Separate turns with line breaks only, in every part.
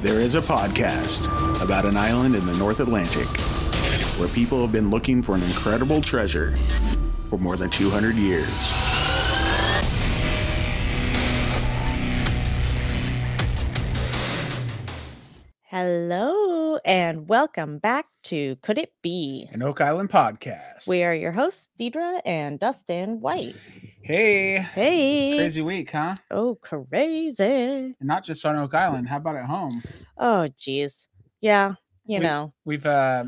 There is a podcast about an island in the North Atlantic where people have been looking for an incredible treasure for more than 200 years.
Hello and welcome back to Could It Be?
an Oak Island podcast.
We are your hosts, Deidre and Dustin White.
hey,
Hey.
crazy week, huh?
Oh, crazy.
And not just on Oak Island. How about at home?
Oh, geez. Yeah, you
We-
know.
We've uh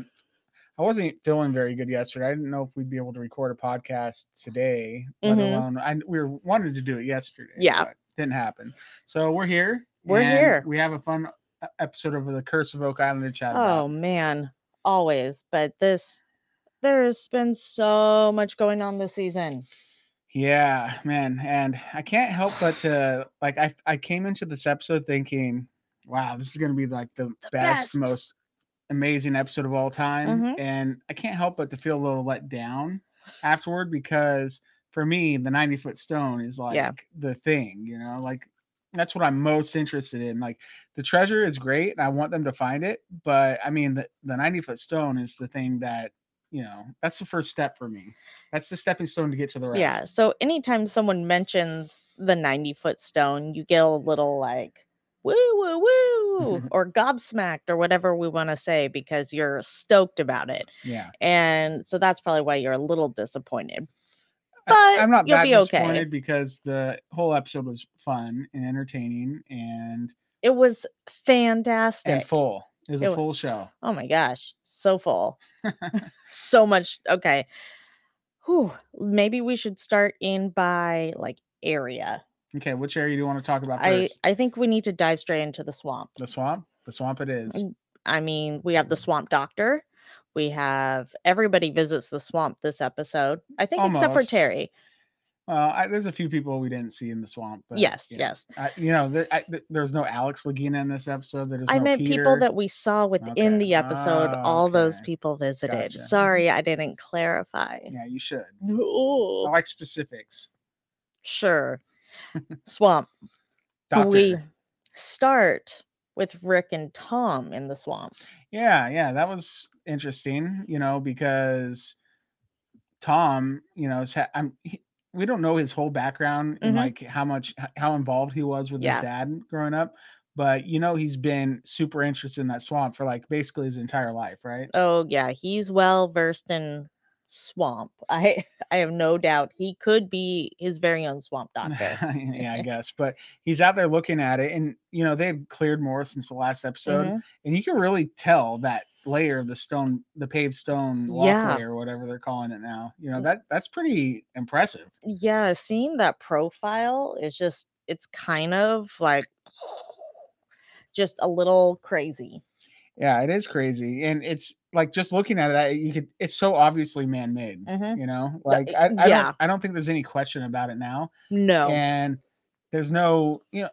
I wasn't feeling very good yesterday. I didn't know if we'd be able to record a podcast today, let
Mhm.
alone I we were wanted to do it yesterday.
Yeah.
but didn't happen. So we're here.
We're
and
here.
We have a fun uh, episode of the Curse of Oak Island to chat
Oh,
about.
man. Always. But this, there's been so much going on this season.
Yeah, man. And I can't help but to like I I came into this episode thinking, wow, this is gonna be like the, best,
best.
most amazing episode of all time.
Mhm.
And I can't help but to feel a little let down afterward because for me, the 90 foot stone is like
Yeah.
the thing, you know, like that's what I'm most interested in. Like the treasure is great and I want them to find it, but I mean the, the 90 foot stone is the thing that you know, that's the first step for me. That's the stepping stone to get to the rest.
Yeah. So anytime someone mentions the 90 foot stone, you get a little like, woo, woo, woo, or gobsmacked or whatever we want to say because you're stoked about it.
Yeah.
And so that's probably why you're a little disappointed.
I-
But
I'm not
you'll
that
be okay.
disappointed because the whole episode was fun and entertaining and
It was fantastic.
and full. It was
It
a
wa-
full show.
oh my gosh. So full. so much. Okay. Whew. Maybe we should start in by like area.
Okay, which area do you want to talk about
I,
first?
I think we need to dive straight into the swamp.
the swamp. The swamp. It is.
Mm. I mean, we have the
Mm-hmm.
swamp doctor. We have everybody visits the swamp this episode. I think except for
Almost.
Terry.
Well, I, there's a few people we didn't see in the swamp. But
yes,
yeah.
yes.
I, you know, the, I, th there's no Alex Lagina in this episode. There's
I
no
meant
Peter.
people that we saw within
Okay.
the episode.
Ah,
all those
okay.
people visited.
Gotcha. mm-hmm.
Sorry, I didn't clarify.
Yeah, you should. I
No.
like specifics.
Sure. swamp.
Doctor.
We start with Rick and Tom in the swamp.
Yeah, yeah, that was interesting, you know, because Tom, you know, is ha- I'm he, we don't know his whole background and
Mhm.
like how much h- how involved he was with
Yeah.
his dad growing up, but you know he's been super interested in that swamp for like basically his entire life, right?
Oh yeah, he's well versed in swamp. I I have no doubt he could be his very own swamp doctor.
yeah, I guess, but he's out there looking at it, and you know they've cleared more since the last episode,
Mhm.
and you can really tell that layer of the stone, the paved stone walkway
Yeah.
or whatever they're calling it now. You know
Mm.
that that's pretty impressive.
Yeah, seeing that profile is just it's kind of like just a little crazy.
Yeah, it is crazy, and it's like just looking at that, you could. It's so obviously man-made.
Mhm.
You know, like
it-
I, I
yeah.
don't, I don't think there's any question about it now,
No.
and there's no, you know,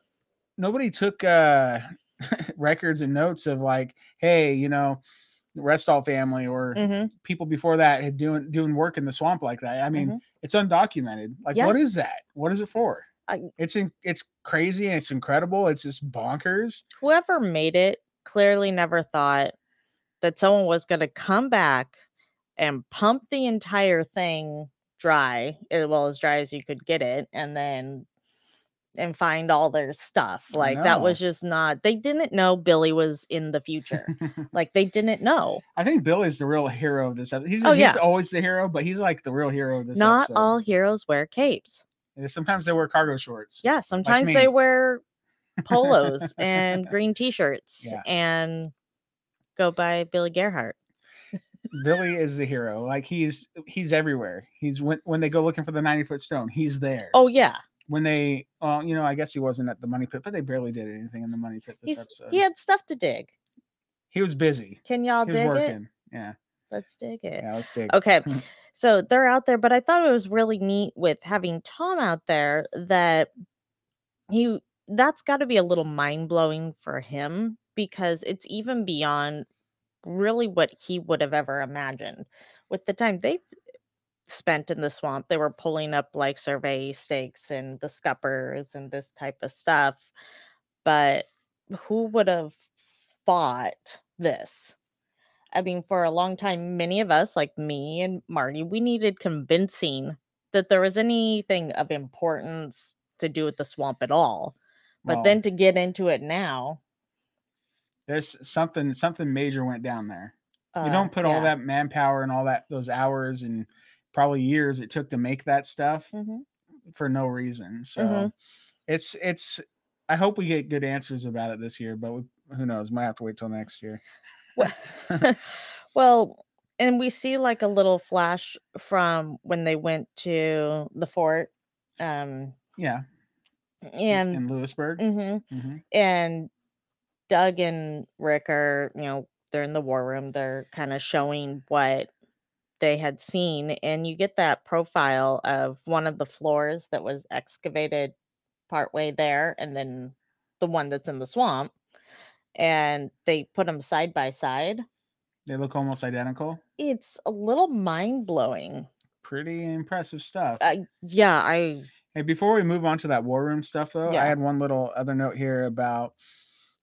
nobody took uh records and notes of like, hey, you know, the Restall family or
Mhm.
people before that had doing doing work in the swamp like that. I mean,
Mhm.
it's undocumented. Like,
Yeah.
what is that? What is it for?
I-
it's in, it's crazy and it's incredible. It's just bonkers.
Whoever made it clearly never thought that someone was going to come back and pump the entire thing dry, eh, well as dry as you could get it, and then and find all their stuff.
I
Like that
know.
was just not. They didn't know Billy was in the future. like they didn't know.
I think Billy's the real hero of this episode. He's,
Oh,
he's
yeah.
always the hero, but he's like the real hero of this
Not
episode.
all heroes wear capes.
And Sometimes they wear cargo shorts.
Yeah, sometimes they
me.
wear polos and green t-shirts
Yeah.
and go by Billy Gerhart.
Billy is the hero. Like he's he's everywhere. He's when when they go looking for the ninety foot stone, he's there.
Oh yeah,
When they, well, you know, I guess he wasn't at the money pit, but they barely did anything in the money pit this
he's
episode.
he had stuff to dig.
he was busy.
Can y'all
he was
dig it? Oh.
working. Yeah,
Let's dig it.
yeah, let's dig.
Okay. So they're out there, but I thought it was really neat with having Tom out there that he that's got to be a little mind blowing for him because it's even beyond really what he would have ever imagined. With the time they spent in the swamp, they were pulling up like survey stakes and the scuppers and this type of stuff. But who would have bought this. I mean, for a long time, many of us, like me and Marty, we needed convincing that there was anything of importance to do with the swamp at all. But
Well,
then to get into it now,
there's something something major went down there.
uh,
you don't put all
yeah.
that manpower and all that those hours and probably years it took to make that stuff
Mhm.
for no reason. So
Mm-hmm.
it's it's I hope we get good answers about it this year, but we, who knows? Might have to wait till next year.
Well- well, and we see like a little flash from when they went to the fort, um,
Yeah,
and
in Lewisburg.
mhm.
Mhm.
and Doug and Rick are, you know, they're in the war room. They're kind of showing what they had seen, and you get that profile of one of the floors that was excavated partway there, and then the one that's in the swamp. And they put them side by side.
They look almost identical.
It's a little mind blowing.
Pretty impressive stuff.
Uh, yeah, I
Hey, before we move on to that war room stuff, though,
Yeah.
I had one little other note here about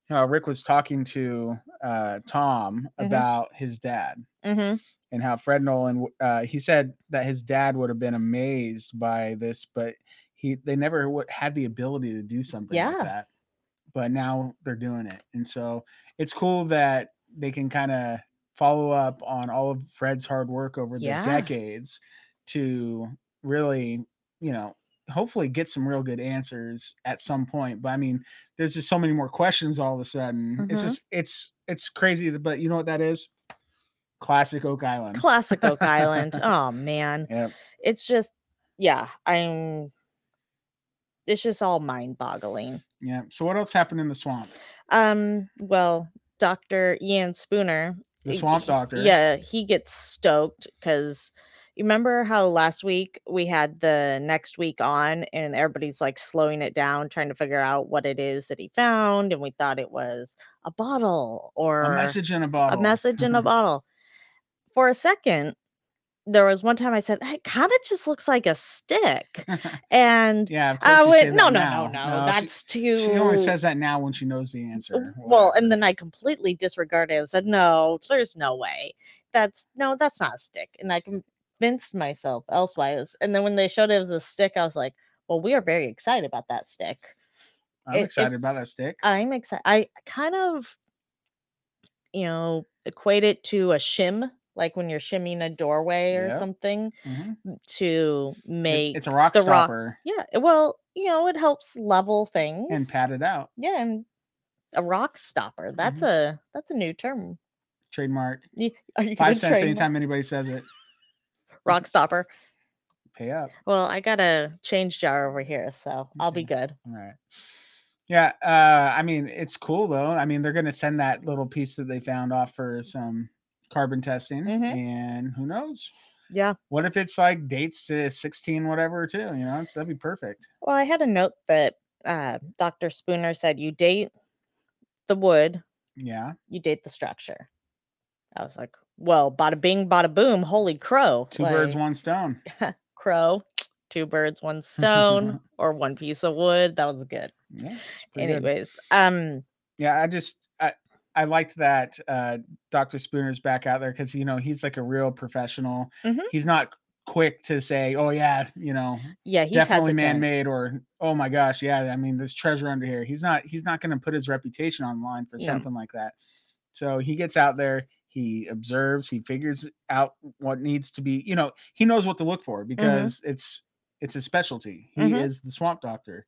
you know, Rick was talking to uh, Tom
Mhm.
about his dad
mhm,
and how Fred Nolan. w- Uh, he said that his dad would have been amazed by this, but he they never w- had the ability to do something
Yeah.
like that. But now they're doing it, and so it's cool that they can kind of follow up on all of Fred's hard work over the
Yeah.
decades to really, you know, hopefully get some real good answers at some point. But I mean, there's just so many more questions all of a sudden. It's
Mhm.
just it's it's crazy, but you know what that is? Classic Oak Island.
classic Oak Island. Oh man,
Yep.
it's just yeah i'm it's just all mind boggling
Yeah. So what else happened in the swamp?
um well dr ian spooner
The
he-
swamp
he-
doctor.
yeah he gets stoked because you remember how last week we had the next week on and everybody's like slowing it down trying to figure out what it is that he found and we thought it was a bottle or
A message in a bottle. Mm-hmm.
a message in a bottle. For a second, there was one time I said, "It kind of just looks like a stick," and
yeah. Of course
I
you say
went, Uh, "No,
that
no,
now.
no, no,
she-
that's too."
she, only says that now when she knows the answer. or
well,
whatever.
and then I completely disregarded it and said, "No, there's no way. That's no, that's not a stick." And I convinced myself elsewise. And then when they showed it was a stick, I was like, "Well, we are very excited about that stick."
I'm
it-
excited about
it's-
that stick.
I'm excited. I kind of, you know, equate it to a shim, like when you're shimming a doorway or
Yep.
something
Mhm. It-
to make.
it's a rock
the rock
stopper
yeah. Well, you know, it helps level things.
and pat it out.
Yeah, and a rock stopper. That's
Mhm.
a that's a new term.
Trademark.
Y- Are you
Five
gonna
cents
trademark
anytime anybody says it.
rock stopper?
Pay up.
Well, I got a change jar over here, so I'll be good.
All right. Yeah, uh, I mean it's cool though. I mean they're gonna send that little piece that they found off for some carbon testing,
Mhm.
and who knows?
Yeah.
What if it's like dates to sixteen whatever too? You know, it's, that'd be perfect.
Well, I had a note that uh, Dr. Spooner said you date the wood,
Yeah,
you date the structure. I was like, well, bada bing, bada boom, holy crow.
two birds,
like,
one stone.
crow, two birds, one stone, or one piece of wood. That was good.
Yeah, it's pretty good.
Anyways, um,
yeah. I just I I liked that uh, Doctor Spooner's back out there because you know he's like a real professional.
Mhm.
He's not quick to say, oh yeah, you know,
yeah, he's
definitely
hesitant.
man-made or oh my gosh yeah i mean there's treasure under here he's not he's not going to put his reputation on the line for
No.
something like that so he gets out there he observes he figures out what needs to be you know he knows what to look
Mm-hmm.
for because it's it's his specialty he
Mhm.
is the swamp doctor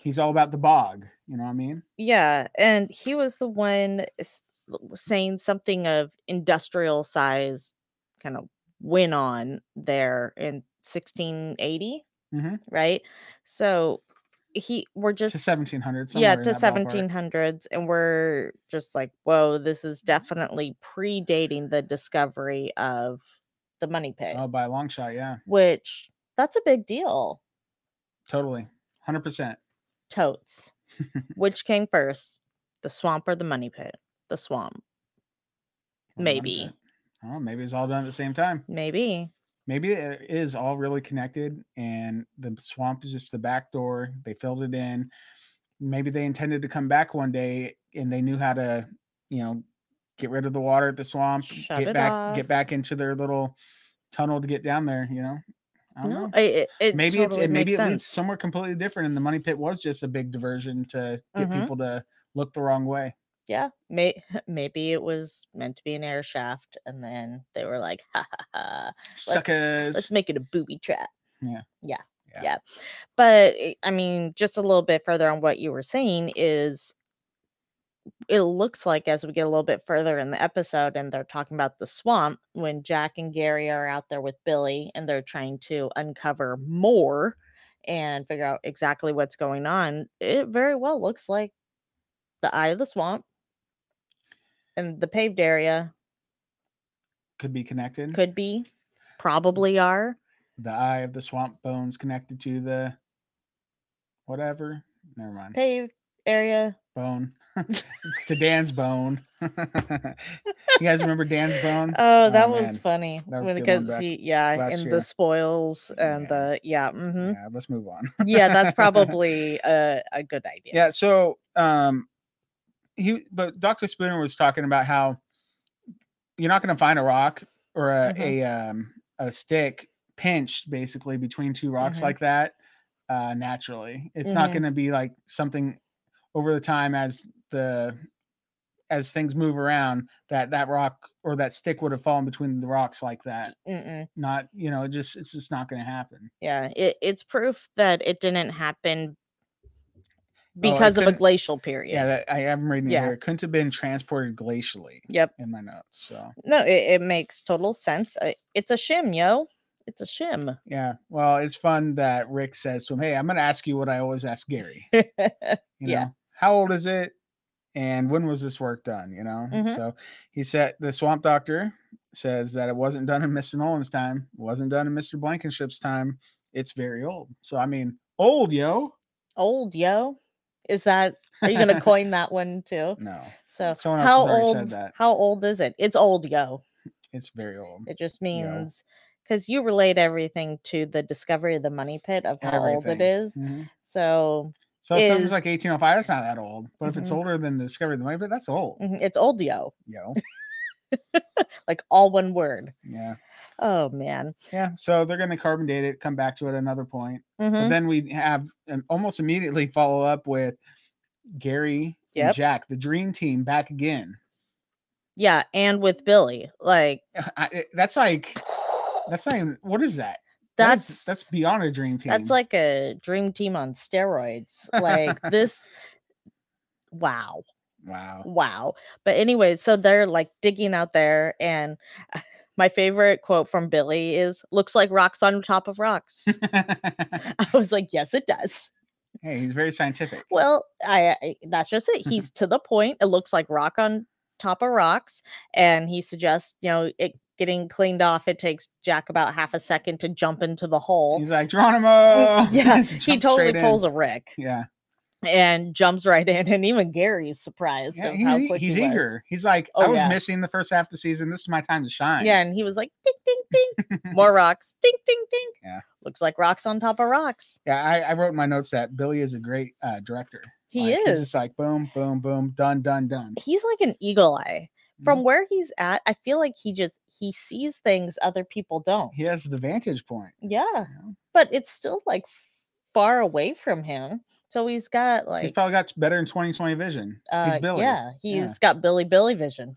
he's all about the bog you know what i mean
Yeah, and he was the one s- w- saying something of industrial size kind of went on there in 1680,
Mhm.
right? So he we're
to
just
1700 somewhere
yeah
in
to
that ballpark.
1700s and we're just like whoa this
Mm-hmm.
is definitely predating the discovery of the money pit
oh by a long shot yeah
which that's a big deal
totally 100%
totes which came first the swamp or the money pit the swamp
Or
Maybe.
Monday. oh maybe it's all done at the same time
Maybe.
maybe it is all really connected and the swamp is just the back door they filled it in maybe they intended to come back one day and they knew how to you know, get rid of the water at the swamp,
Shut
get
it
back,
off.
get back into their little tunnel to get down there. You know, I don't
No,
know.
I- it, it
maybe
totally
it's it, maybe it
makes
leads
sense.
somewhere completely different, and the money pit was just a big diversion to get
Mhm.
people to look the wrong way.
Yeah, may, maybe it was meant to be an air shaft, and then they were like, ha ha ha,
Suckers.
let's make it a booby trap.
Yeah.
Yeah.
Yeah.
Yeah. But it- I mean, just a little bit further on what you were saying is it looks like as we get a little bit further in the episode and they're talking about the swamp when Jack and Gary are out there with Billy and they're trying to uncover more and figure out exactly what's going on, it very well looks like the eye of the swamp and the paved area
could be connected.
could be, probably are.
the eye of the swamp bones connected to the whatever. Never mind.
Paved area.
Bone. to Dan's bone. you guys remember Dan's bone?
Oh, that was
man.
funny.
That was
when
a
it
good one
gets
back
he, yeah,
last
and
year.
the spoils and
Yeah.
the yeah, hmm
Yeah, let's move on.
yeah, that's probably a, a good idea.
yeah, so um he but Dr. Spooner was talking about how you're not gonna find a rock or a,
Mhm.
a um a stick pinched basically between two rocks
Mhm.
like that uh naturally. It's not
Mhm.
gonna be like something over the time as the as things move around that that rock or that stick would have fallen between the rocks like that
Mm-mm.
not you know it just it's just not going to happen
yeah. It, it's proof that it didn't happen
Oh, it
because of a
couldn't-
glacial period.
yeah that, i am reading it
Yeah.
here it couldn't have been transported glacially
Yep.
in my notes so
No, it, it makes total sense. I, it's a shim, yo. It's a shim.
yeah well it's fun that rick says to him hey i'm going to ask you what i always ask gary you know
Yeah.
how old is it and when was this work done you know
Mhm.
so he said the swamp doctor says that it wasn't done in mr nolan's time wasn't done in mr blankenship's time it's very old so i mean old yo
Old, yo. Is that are you gonna coin that one too?
no
So
Someone else
how
has already said
old?
that.
How old is it? It's old, yo.
it's very old
It just
you know?
means because you relate everything to the discovery of the money pit of how old it
Everything.
is.
Mhm.
So
So if something's
is-
like 1805, that's not that old. But if it's
Mhm.
older than the discovery of the money pit, that's old.
mhm, it's oldio,
Yo.
like all one word.
Yeah.
Oh man.
Yeah. So they're gonna carbon date it, come back to it at another point. But
Mhm.
then we have um, almost immediately follow up with Gary and
Yep.
Jack, the dream team back again.
Yeah, and with Billy, like
I, it- that's like that's not even what is that? That is-
that's
that's beyond a dream team.
that's like a dream team on steroids. Like this. Wow.
wow.
wow but anyway so they're like digging out there and my favorite quote from billy is looks like rocks on top of rocks i was like yes it does
hey, he's very scientific.
well i, I that's just
Mm-hmm.
it he's to the point it looks like rock on top of rocks and he suggests you know it getting cleaned off it takes jack about half a second to jump into the hole
He's like Geronimo.
yeah
Just
he
jump straight
totally
in.
pulls a rick
Yeah.
and jumps right in and even gary's surprised
Yeah,
of how
he's, e-
quick
he's
he was.
eager. He's like, I
Oh,
was
yeah.
missing the first half of the season. This is my time to shine.
Yeah, and he was like, ding, ding, ding. More rocks. Ding, ding, ding.
Yeah.
Looks like rocks on top of rocks.
Yeah, I, I wrote in my notes that Billy is a great uh, director.
He
Like, He's
is.
just like boom, boom, boom, done, done, done.
he's like an eagle eye.
Mhm.
From where he's at, I feel like he just he sees things other people don't.
He has the vantage point.
Yeah.
you know?
But it's still like far away from him. So he's got like
He's probably got better in 2020 vision. he's
uh,
Billy.
Yeah, he's
Yeah.
got Billy Billy vision.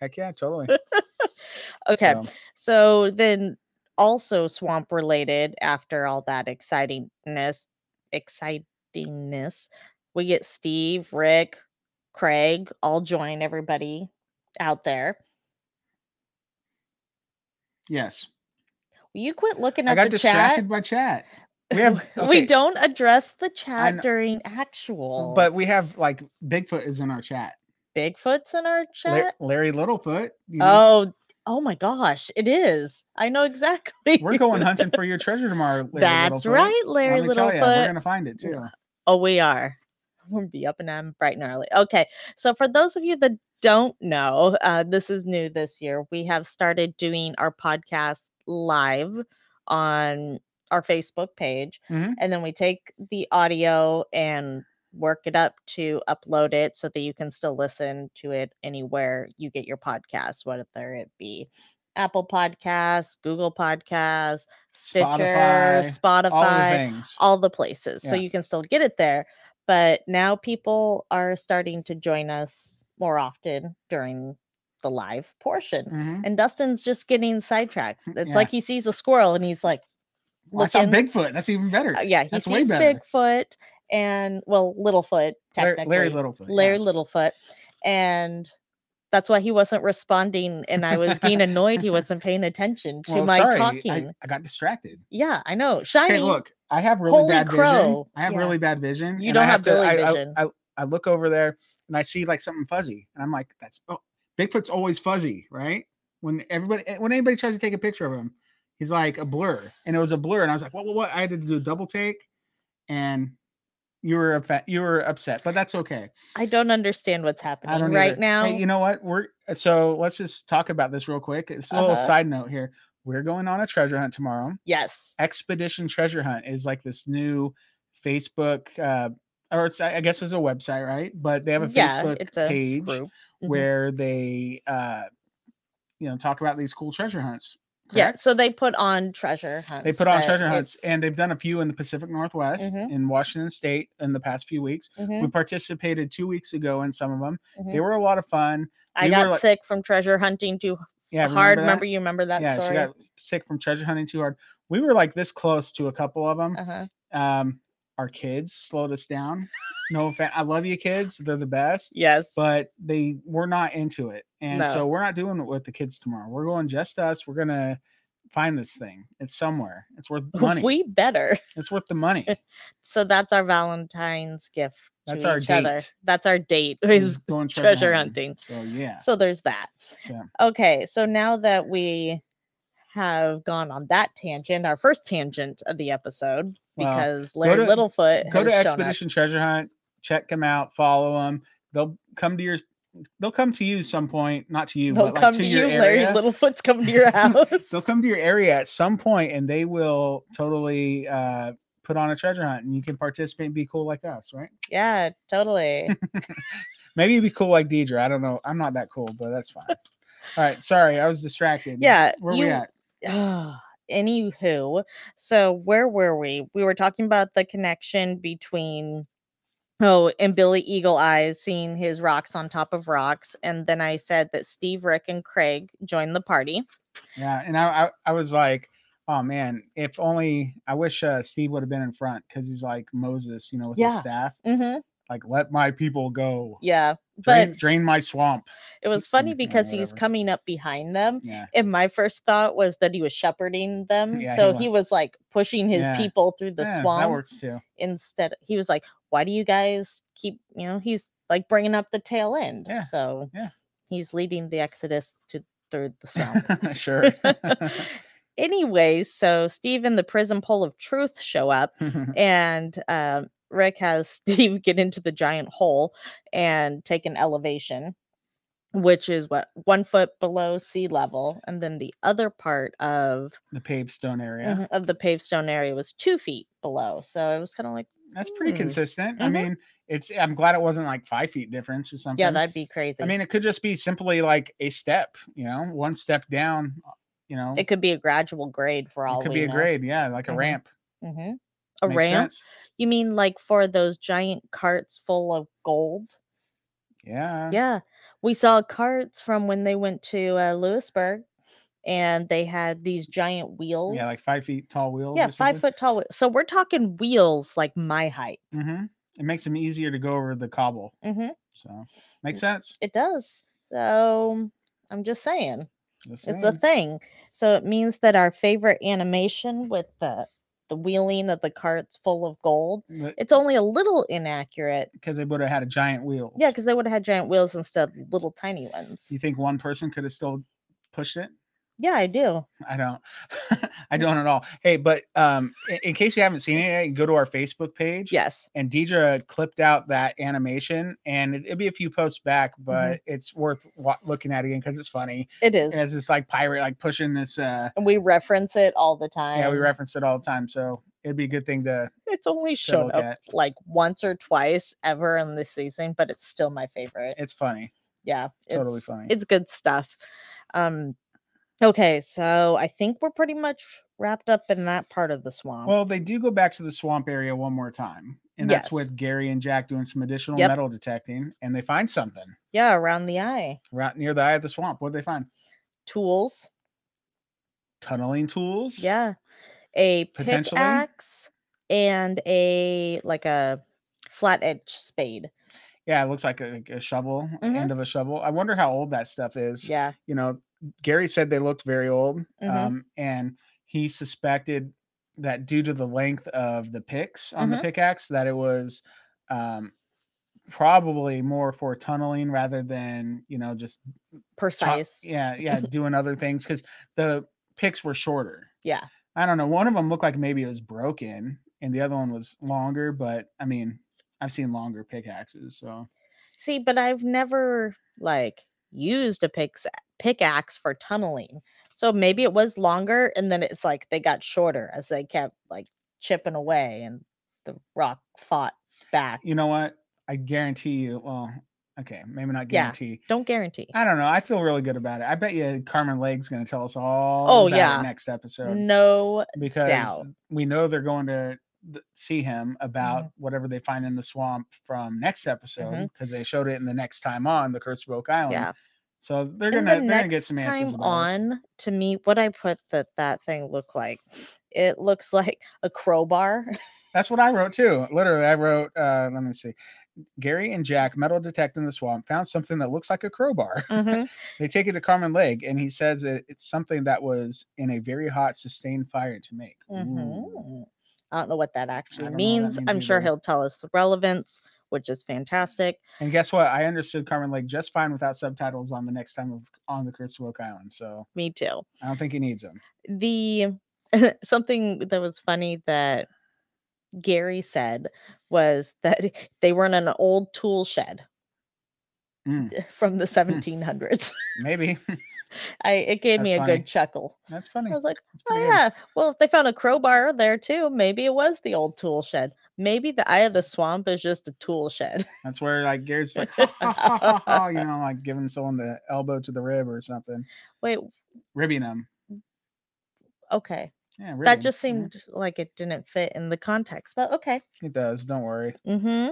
Heck yeah, totally.
Okay.
So,
So then also swamp related after all that excitingness excitingness we get Steve, Rick, Craig all join everybody out there.
yes.
Will you quit looking
I
at
got
the chat?
distracted by chat. We have
we
okay,
don't address the chat
kn-
during actual.
but we have like Bigfoot is in our chat.
Bigfoot's in our
La-
chat.
Larry Littlefoot. you know,
Oh, oh my gosh, it is. I know exactly.
Mm-hmm. We're going hunting for your treasure tomorrow. Larry
Oh. That's
Littlefoot.
right,
Let
Larry
me tell ya, we're
Littlefoot.
gonna find it too.
Oh, we are. We'll be up and I'm bright and early. Okay. So, for those of you that don't know, uh, this is new this year. We have started doing our podcast live on our Facebook page.
Mhm.
And then we take the audio and work it up to upload it so that you can still listen to it anywhere you get your podcast, whether it be Apple Podcasts, Google Podcasts, Stitcher,
Spotify,
Spotify,
all the things.
places. So
Yeah.
you can still get it there. But now people are starting to join us more often during the live portion.
Mhm.
And Dustin's just getting sidetracked. It's
Mm, Yeah.
like he sees a squirrel and he's like,
Well, I saw
looking-
Bigfoot. That's even better.
uh, yeah, he
That's way
sees
better.
Bigfoot and well,
Larry,
Littlefoot technically,
Larry Littlefoot. yeah.
Larry Littlefoot, and that's why he wasn't responding. And I was being annoyed he wasn't paying attention to
Well,
my
sorry, I-
talking.
I, got distracted.
yeah, I know. Shiny.
Okay, look, I have really
Holy
bad vision.
crow.
I have
Yeah.
really bad vision.
You
and
don't
I
have
to-
really
I- I-
vision.
I, I look over there and I see like something fuzzy, and I'm like, "That's oh, Bigfoot's always fuzzy, right?" When everybody, eh, when anybody tries to take a picture of him, he's like a blur, and it was a blur, and I was like, "What? What? What?" I had to do a double take, and you were upset. You were upset, but that's okay.
I don't understand what's happening
I don't
right
either.
now.
Hey, you know what? We're so let's just talk about this real quick. It's a little
Uh-huh.
side note here. We're going on a treasure hunt tomorrow.
yes.
Expedition Treasure Hunt is like this new Facebook, uh, or it's I I guess it's a website, right? But they have a
yeah,
Facebook
it's a
page
group. Mhm.
where they, uh, you know, talk about these cool treasure hunts.
Yeah,
correct?
so they put on treasure hunts.
they put on
that
treasure hunts,
it's-
and they've done a few in the Pacific Northwest,
Mhm.
in Washington State, in the past few weeks.
Mhm,
We participated two weeks ago in some of them. They
mhm.
were a lot of fun.
I
we were
got
like-
sick from treasure hunting too
Yeah,
hard.
that?
Remember, you remember that
yeah,
story?
she got sick from treasure hunting too hard. We were like this close to a couple of them.
uh-huh.
um our kids slowed us down no offense i love you kids they're the best
Yes.
but they we're not into it and
No.
so we're not doing it with the kids tomorrow we're going just us we're gonna find this thing it's somewhere it's worth money
We better.
it's worth the money
So that's our Valentine's gift.
That's
to
our
each Other.
date.
That's our date.
is
Is
going
treasure hunting.
so yeah
So there's that.
so
Okay. So now that we have gone on that tangent, our first tangent of the episode,
Well,
because Larry
to-
Littlefoot
go
has
to
shown up.
expedition treasure hunt check them out follow them they'll come to your they'll come to you some point not to you
They'll
but like
come
to,
to you,
your
Larry
area.
Littlefoot's come to your house.
they'll come to your area at some point and they will totally uh, put on a treasure hunt and you can participate and be cool like us, right?
Yeah, totally.
Maybe you'd be cool like Deidre. I don't know. I'm not that cool, but that's fine. All right. Sorry. I was distracted.
Yeah,
Where
you-
we at?
Ah, anywho, so where were we? We were talking about the connection between oh, and Billy Eagle Eyes seeing his rocks on top of rocks, and then I said that Steve, Rick, and Craig joined the party.
Yeah. And I, I, I was like, oh man, if only I wish uh, Steve would have been in front because he's like Moses, you know, with
Yeah.
his staff.
Mm-hmm.
Like, let my people go.
Yeah,
Drain,
but
drain my swamp.
it was funny
Mm, yeah,
because he's
whatever.
coming up behind them.
Yeah.
And my first thought was that he was shepherding them.
Yeah, he
so
wa-
he, was like pushing his
Yeah.
people through the
yeah, That
swamp.
works too.
instead he was like why do you guys keep you know he's like bringing up the tail end
Yeah,
so
yeah.
he's leading the exodus to through the swamp
sure.
anyways so steve and the prison pole of truth show up
Mm.
and um, rick has steve get into the giant hole and take an elevation which is what one foot below sea level and then the other part of
the paved stone area.
mhm, of the paved stone area was two feet below so it was kind of like
That's pretty
Mm.
consistent. I
Mhm.
mean, it's. I'm glad it wasn't like five feet difference or something.
yeah that'd be crazy
Mm-hmm. I mean, it could just be simply like a step. You know, one step down. uh, You know,
It
it,
could be a gradual grade for all.
could
we
be a
know.
grade. Yeah, like a
Mhm.
ramp.
Mhm. A
Makes
ramp?
sense.
You mean like for those giant carts full of gold?
Yeah.
Yeah, we saw carts from when they went to uh, Lewisburg, and they had these giant wheels.
Yeah, like five feet tall wheels.
yeah, five foot tall. whe- So we're talking wheels like my height.
Mm-hmm. It makes them easier to go over the cobble.
hmm
So
Mm.
makes sense.
It does. So I'm just saying.
Just
It's a
saying.
thing. So it means that our favorite animation with the the wheeling of the carts full of gold,
But-
it's only a little inaccurate.
because they would have had a giant wheel.
Yeah, because they would have had giant wheels instead of little tiny ones.
you think one person could have still pushed it?
Yeah, I do.
I don't. I don't at all. Hey, but um, in, in case you haven't seen it, yet, go to our Facebook page.
Yes.
and Deidre clipped out that animation, and it, it'd be a few posts back,
Mm-hmm.
but it's worth wa- looking at again because it's funny.
It is.
It has this like pirate like pushing this. uh
And we reference it all the time.
Yeah, we reference it all the time, so it'd be a good thing to
It's only shown
look
up
at.
like once or twice ever in this season, but it's still my favorite.
it's funny
yeah it's,
Totally fine.
it's good stuff um okay so i think we're pretty much wrapped up in that part of the swamp
well they do go back to the swamp area one more time and that's
Yes.
with gary and jack doing some additional
Yep.
metal detecting and they find something
yeah around the eye
right near the eye of the swamp what'd they find
tools
tunneling tools
yeah a
Potentially.
pickaxe and a like a flat edge spade
yeah it looks like a, a shovel
Mhm.
end of a shovel i wonder how old that stuff is
yeah
you know, Gary said they looked very old,
Mhm.
um, and he suspected that due to the length of the picks on the
Mhm.
pickaxe, that it was um, probably more for tunneling rather than you know just chop-
precise
yeah, yeah, doing other things because the picks were shorter.
yeah
I don't know. One of them looked like maybe it was broken, and the other one was longer. But I mean, I've seen longer pickaxes, so
see but i've never like used a picks pickaxe for tunneling so maybe it was longer and then it's like they got shorter as they kept like chipping away and the rock fought back
you know what? I guarantee you. Well, okay, maybe not
Yeah.
guarantee.
don't guarantee
I don't know. I feel really good about it. I bet you Carmen Lake's going to tell us all
Oh,
about it
yeah.
next episode
no
because
doubt.
we know they're going to th- see him about
Mm-hmm.
whatever they find in the swamp from next episode
Mhm.
because they showed it in the next time on the Curse of Oak Island.
yeah
So they're going
And
to
the
they're going to get
next
some answers about
time
it.
on to me what i put that that thing looked like it looks like a crowbar
That's what I wrote too. Literally, I wrote uh let me see. Gary and Jack metal detect in the swamp found something that looks like a crowbar.
Mhm.
They take it to Carmen Lake and he says that it's something that was in a very hot sustained fire to make. Ooh.
Mhm. i don't know what that actually
mm. don't know what that
means. i'm
means
sure
either.
he'll tell us the relevance which is fantastic
And guess what? I understood Carmen Lake just fine without subtitles on the next time of, on the Curse of Oak Island. So
me too
I don't think he needs them.
the something that was funny that Gary said was that they were in an old tool shed
Mm,
from the 1700s.
maybe
I it gave me a
That's funny.
good chuckle.
that's funny.
I was like,
That's
"Oh
pretty good.
yeah, well if they found a crowbar there too, maybe it was the old tool shed. Maybe the eye of the swamp is just a tool shed."
That's where like Gary's like, ha, ha, ha, ha, ha, you know, like giving someone the elbow to the rib or something,
Wait,
ribbing them.
okay.
Yeah, ribbing.
That just
yeah,
seemed like it didn't fit in the context, but okay.
It does. Don't worry.
Mhm.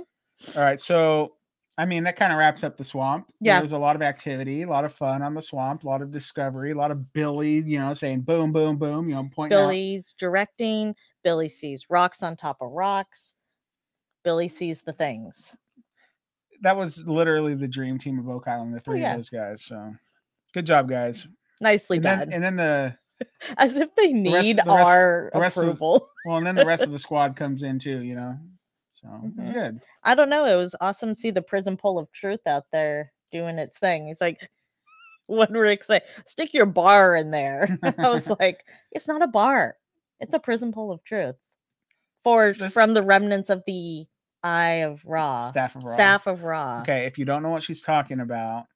All right. So, I mean, that kind of wraps up the swamp.
Yeah.
There's a lot of activity, a lot of fun on the swamp, a lot of discovery, a lot of Billy, you know, saying boom, boom, boom, you know, pointing out.
Billy's directing. Billy sees rocks on top of rocks. Billy sees the things.
that was literally the dream team of Oak Island, the three
Oh, yeah.
of those guys. So good job, guys.
Nicely
And
done.
then, and then the
As if they need
rest- the rest-
our
the rest of-
approval.
well, and then the rest of the squad comes in too, you know. So it's
Mhm.
good.
I don't know. It was awesome to see the prison pole of truth out there doing its thing. He's like, what Rick said, stick your bar in there. I was like, it's not a bar. It's a prison pole of truth. For
This-
from the remnants of the Eye of Ra.
Staff of Ra.
Staff of Ra.
Okay, if you don't know what she's talking about,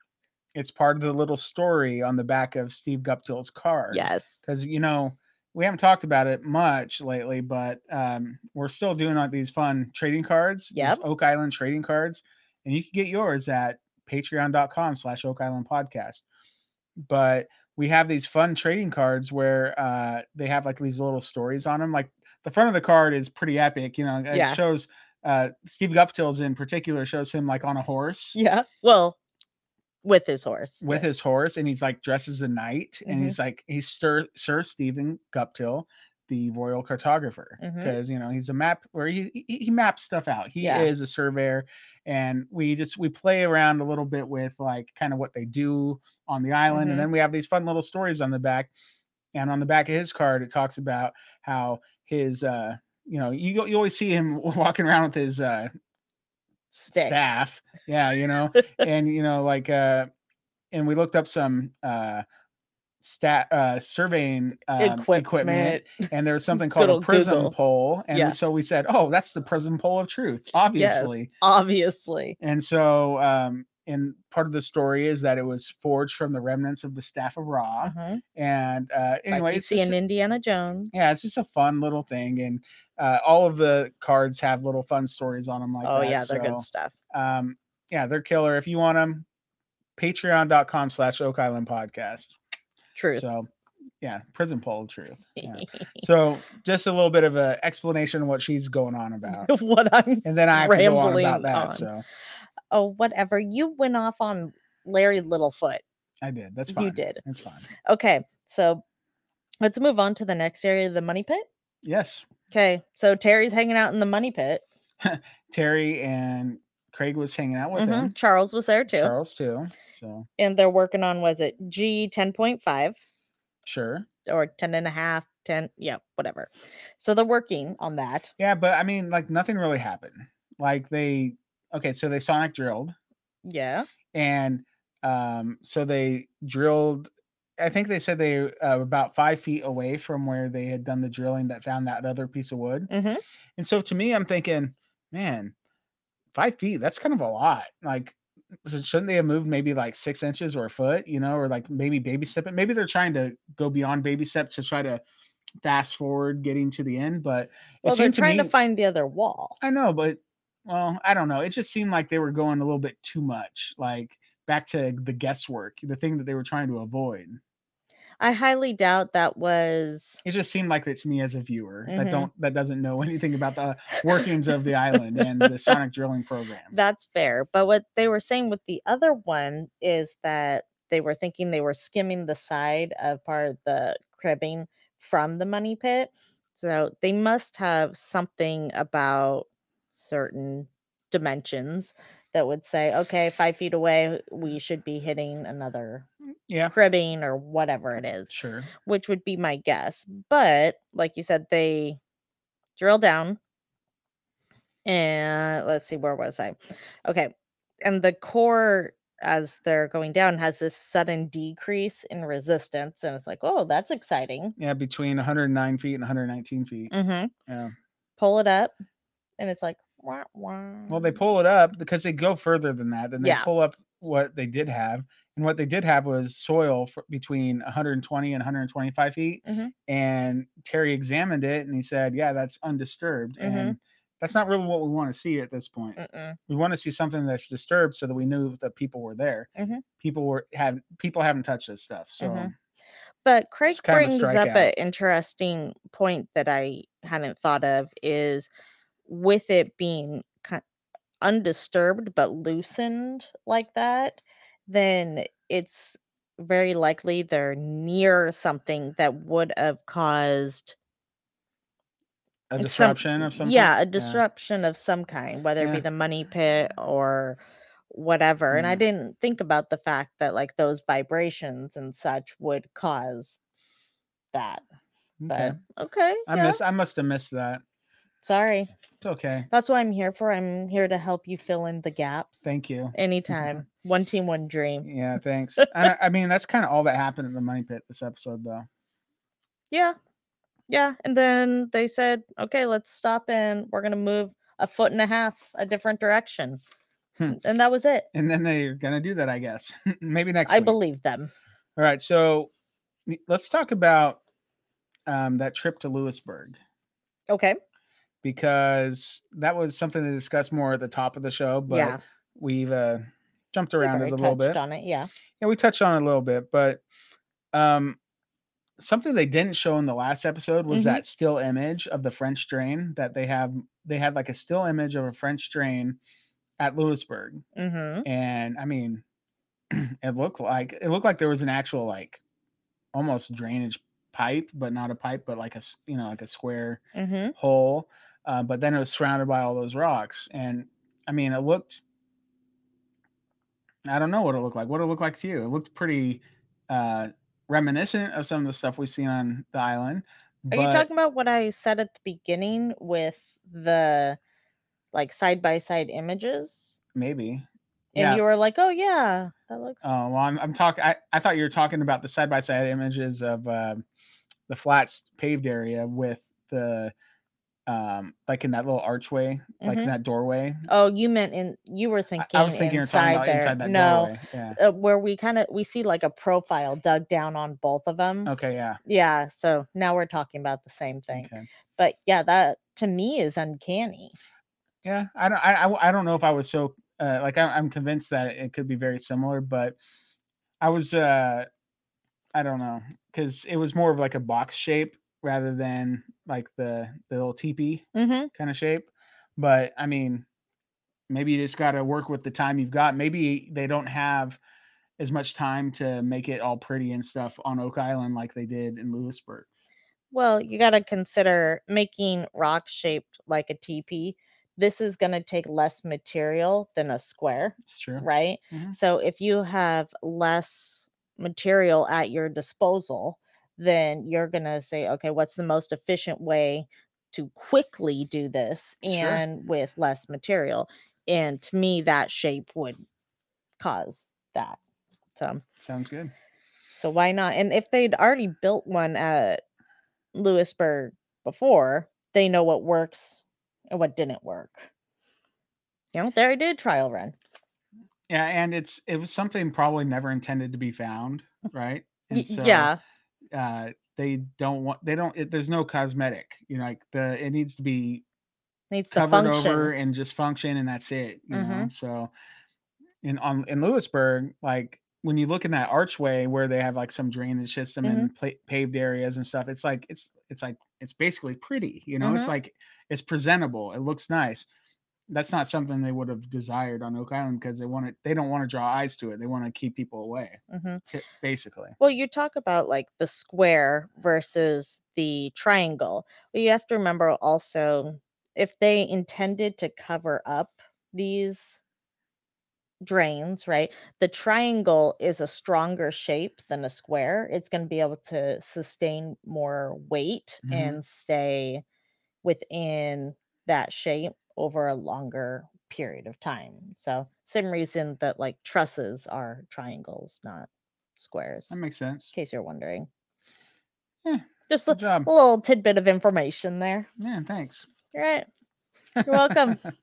it's part of the little story on the back of Steve Guptill's car.
Yes.
Because you know, we haven't talked about it much lately, but um, we're still doing like these fun trading cards. these
Yep.
Oak Island trading cards. And you can get yours at patreon.com slash Oak Island Podcast. But we have these fun trading cards where uh, they have like these little stories on them. Like the front of the card is pretty epic. You know, it
Yeah.
shows uh, Steve Guptill's in particular shows him like on a horse
Yeah. Well, with his horse.
with
yes.
his horse and he's like dressed as a knight and
Mhm.
he's like he's sir sir stephen guptill the royal cartographer
Mhm.
because you know he's a map where he he, he maps stuff out he
Yeah.
is a surveyor and we just we play around a little bit with like kind of what they do on the island
Mhm.
and then we have these fun little stories on the back and on the back of his card it talks about how his uh you know you, go- you always see him walking around with his uh
Stick.
staff. Yeah, you know, and you know, like, uh, and we looked up some uh, stat uh, surveying um, equipment.
Equipment.
and there was something
Good
called a
old
prism
Google.
pole, and
Yeah.
so we said, oh, that's the prism pole of truth, obviously.
Yes, obviously.
And so, um, and part of the story is that it was forged from the remnants of the staff of Ra.
Mhm.
And uh, anyway,
like you
it's
see
just-
in Indiana Jones.
yeah, it's just a fun little thing, and Uh, all of the cards have little fun stories on them like
oh
that,
yeah, they're
so,
good stuff.
Um, yeah, they're killer. If you want them, patreon.com slash Oak Island Podcast.
Truth.
So yeah, prison poll truth. yeah. So just a little bit of an explanation of what she's going on about.
what I'm
And then I have to go on
Rambling
about that.
on.
So
oh whatever. You went off on Larry Littlefoot.
I did. That's
You
fine.
did.
That's fine.
Okay, so let's move on to the next area, the money pit.
Yes.
Okay, so Terry's hanging out in the money pit.
Terry and Craig was hanging out with
Mhm,
him.
Charles was there too,
Charles too. So
and they're working on was it G ten point five
sure.
or 10 and a half, 10, yeah, whatever. So they're working on that.
Yeah, but I mean, like nothing really happened. Like they okay, so they sonic drilled
Yeah.
and um so they drilled I think they said they uh, about five feet away from where they had done the drilling that found that other piece of wood.
hmm
And so to me, I'm thinking, man, five feet, that's kind of a lot. Like, sh- shouldn't they have moved maybe like six inches or a foot, you know, or like maybe baby step it? Maybe they're trying to go beyond baby steps to try to fast forward getting to the end. But it
Well, they're
seemed to
trying to
me-
find the other wall.
I know, but well, I don't know. It just seemed like they were going a little bit too much, like back to the guesswork, the thing that they were trying to avoid.
I highly doubt that was.
It just seemed like it to me as a viewer that
Mhm.
don't that doesn't know anything about the workings of the island and the sonic drilling program.
That's fair. But what they were saying with the other one is that they were thinking they were skimming the side of part of the cribbing from the money pit. So they must have something about certain dimensions that would say, okay, five feet away, we should be hitting another
yeah.
cribbing or whatever it is,
Sure.
which would be my guess. But like you said, they drill down. And let's see, where was I? Okay. And the core, as they're going down, has this sudden decrease in resistance. And it's like, oh, that's exciting.
Yeah, between 109 feet and 119 feet.
Mm-hmm.
Yeah.
Pull it up. And it's like, wah, wah.
Well, they pull it up because they go further than that. Then they
Yeah.
pull up what they did have, and what they did have was soil fr between 120 and 125 feet.
Mhm.
And Terry examined it, and he said, "Yeah, that's undisturbed."
Mhm.
And that's not really what we want to see at this point.
Mm-mm.
We want to see something that's disturbed so that we knew that people were there.
Mhm.
People were have people haven't touched this stuff. So
Mhm. But Craig
kind of a
brings up
strikeout.
an interesting point that I hadn't thought of is with it being ki- undisturbed but loosened like that, then it's very likely they're near something that would have caused
a
some-
disruption of some kind?
yeah a disruption of some kind whether it be
Yeah.
the money pit or whatever and i
Mm.
didn't think about the fact that like those vibrations and such would cause that
Okay.
but okay,
I
yeah.
miss I must have missed that.
sorry
It's okay.
that's what i'm here for i'm here to help you fill in the gaps
Thank you.
anytime one team one dream
Yeah, thanks. I, I mean, that's kind of all that happened in the money pit this episode, though.
yeah yeah and then they said okay let's stop and we're gonna move a foot and a half a different direction
Hmm.
and that was it
And then they're gonna do that, I guess. Maybe next.
i
week.
believe them
All right, so n- let's talk about um, that trip to Lewisburg
okay
because that was something to discuss more at the top of the show, but
yeah
we've uh, jumped
We've
around it
already
a little
touched
bit.
on it. Yeah.
Yeah, we touched on it a little bit, but um, something they didn't show in the last episode was
Mhm.
that still image of the French drain that they have. They had like a still image of a French drain at Lewisburg,
Mm-hmm.
and I mean, it looked like it looked like there was an actual like almost drainage pipe, but not a pipe, but like a s- you know like a square
Mm-hmm.
hole. Uh, but then it was surrounded by all those rocks, and I mean, it looked. I don't know what it looked like. What it looked like to you? It looked pretty uh, reminiscent of some of the stuff we've seen on the island.
Are you talking about what I said at the beginning with the like side by side images?
maybe?
And
Yeah.
you were like, "Oh yeah, that looks."
Oh, well, I'm, I'm talking. I I thought you were talking about the side by side images of uh, the flats paved area with the um like in that little archway, like in
Mhm.
that doorway.
oh, you meant in. You were
I-
thinking.
I, was thinking you're talking
inside
about
there.
inside that
no,
doorway. Yeah.
uh, where we kind of we see like a profile dug down on both of them.
Oh. Okay. Yeah.
Yeah. So now we're talking about the same thing.
Okay.
But yeah, that to me is uncanny.
Yeah, I don't. I, I, I don't know if I was so uh, like I, I'm convinced that it could be very similar, but I was uh, I don't know because it was more of like a box shape rather than like the the little teepee
hmm
kind of shape. But I mean, maybe you just got to work with the time you've got. Maybe they don't have as much time to make it all pretty and stuff on Oak Island like they did in Lewisburg.
Well, you got to consider making rock shaped like a teepee. This is going to take less material than a square,
It's true.
right?
Mhm.
So if you have less material at your disposal, then you're going to say, okay, what's the most efficient way to quickly do this
Sure.
and with less material? And to me, that shape would cause that. So.
Sounds good.
So why not? And if they'd already built one at Lewisburg before, they know what works and what didn't work. You know, they already did a trial run.
Yeah, and it's it was something probably never intended to be found, right?
Y-
And so,
yeah.
uh, they don't want they don't. It, there's no cosmetic. You know, like the it needs to be
Needs to
covered
function.
over and just function, and that's it. You know,
Mhm.
so in on in Lewisburg, like when you look in that archway where they have like some drainage system
Mhm.
and pla- paved areas and stuff, it's like it's it's like it's basically pretty. You know,
Mhm.
it's like it's presentable. It looks nice. That's not something they would have desired on Oak Island because they want to They don't want to draw eyes to it. They want to keep people away,
Mhm.
t- basically.
Well, you talk about like the square versus the triangle. But you have to remember also if they intended to cover up these drains, right? The triangle is a stronger shape than a square. It's going to be able to sustain more weight
Mhm.
and stay within that shape over a longer period of time. So, same reason that like trusses are triangles, not squares
That makes sense.
in case you're wondering.
Yeah,
Just a
Hmm. Good job.
little tidbit of information there.
Yeah, thanks.
All right. You're welcome.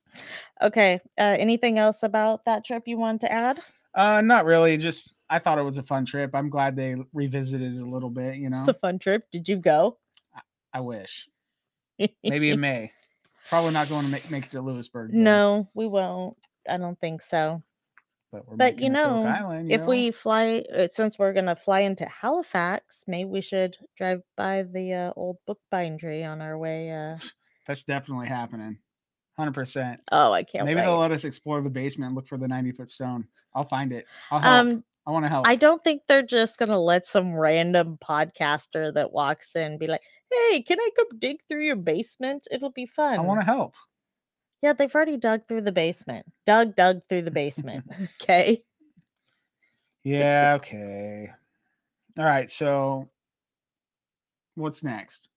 okay. Uh, anything else about that trip you want to add?
Uh, not really. Just I thought it was a fun trip. I'm glad they revisited it a little bit. You know,
It's a fun trip. Did you go?
I wish maybe in May. Probably not going to make, make it to Lewisburg. though,
no, we won't. I don't think so.
but, we're
but,
making
you
it to Oak
know,
Island, you
if
know?
we fly, uh, since we're gonna fly into Halifax, maybe we should drive by the uh, old bookbindery on our way. Uh...
that's definitely happening, hundred percent.
Oh, I can't
Maybe
wait.
they'll let us explore the basement and look for the ninety foot stone. I'll find it. I'll help.
Um,
I want to help.
I don't think they're just gonna let some random podcaster that walks in be like, "Hey, can I come dig through your basement? It'll be fun."
I want to help.
Yeah, they've already dug through the basement. Doug dug through the basement. okay.
Yeah. Okay. All right. So, what's next?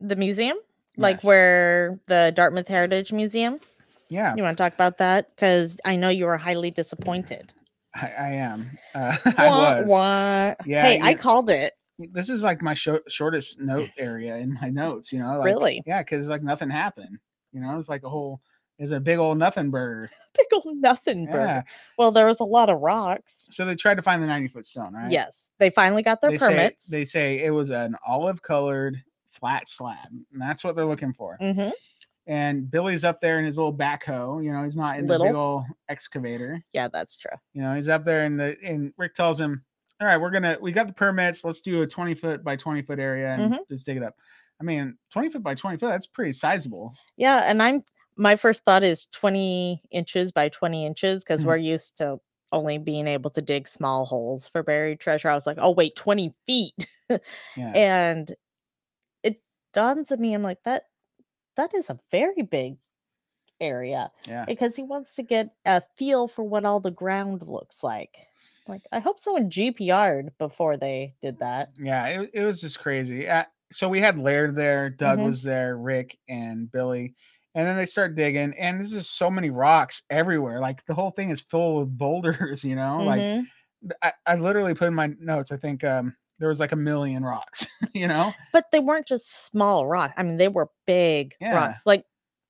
The museum, like
Yes.
where the Dartmouth Heritage Museum.
Yeah.
You want to talk about that? Because I know you were highly disappointed.
I, I am. Uh, I
Wah,
was.
wah.
Yeah,
hey, I
you-
called it.
This is like my short, shortest note area in my notes. You know, like,
Really?
Yeah, because like nothing happened. You know, it's like a whole. It's a big old nothing burger.
Big old nothing burger.
Yeah.
Well, there was a lot of rocks.
So they tried to find the ninety foot stone, right?
Yes, they finally got their
They say,
permits.
they say it was an olive colored flat slab, and that's what they're looking for.
hmm
And Billy's up there in his little backhoe. You know, he's not in the big
Little.
old excavator.
Yeah, that's true.
You know, he's up there, and the and Rick tells him, "All right, we're gonna we got the permits. Let's do a twenty foot by twenty foot area and
Mm-hmm.
just dig it up." I mean, twenty foot by twenty foot. That's pretty sizable.
Yeah, and I'm my first thought is 20 inches by 20 inches because
Mhm.
we're used to only being able to dig small holes for buried treasure. I was like, oh wait, 20 feet,
Yeah,
and it dawns on me, I'm like that that is a very big area
yeah.
because he wants to get a feel for what all the ground looks like. Like I hope someone GPR'd before they did that.
Yeah, it, it was just crazy. Uh, so we had Laird there, Doug
Mhm.
was there, Rick and Billy. And then they start digging, and there's just so many rocks everywhere. Like the whole thing is full with boulders, you know? Like
Mhm.
th- I, I literally put in my notes, I think um, there was like a million rocks, you know?
but they weren't just small rocks. I mean, they were big
Yeah.
rocks. Like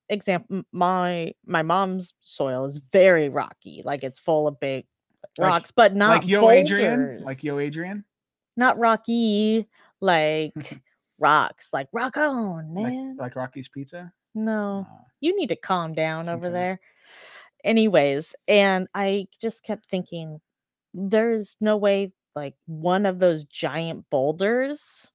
example, my my mom's soil is very rocky. Like it's full of big
Like-
rocks, but not
like Yo
boulders.
Adrian, like Yo Adrian,
not rocky. Like rocks, like rock on,
like,
man. Oh.
like Rocky's Pizza.
No,
Uh, Mm-hmm.
you need to calm down over
Okay.
there. Anyways, and I just kept thinking, there's no way like one of those giant boulders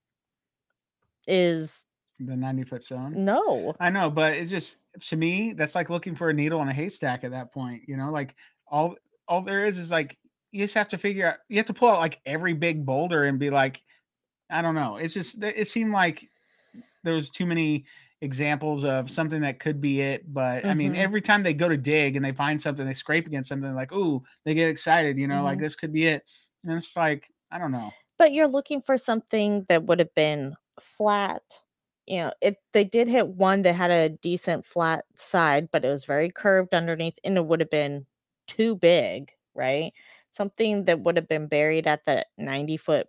is
the 90 foot stone.
no.
I know, but it's just to me that's like looking for a needle in a haystack at that point. You know, like all all there is is like you just have to figure out. You have to pull out like every big boulder and be like, I don't know. It's just th- it seemed like there was too many examples of something that could be it. But I mean,
Mhm.
every time they go to dig and they find something, they scrape against something like, ooh, they get excited. You know, like
Mhm.
this could be it. And it's like I don't know.
but you're looking for something that would have been flat you know it they did hit one that had a decent flat side but it was very curved underneath and it would have been too big right something that would have been buried at the 90 foot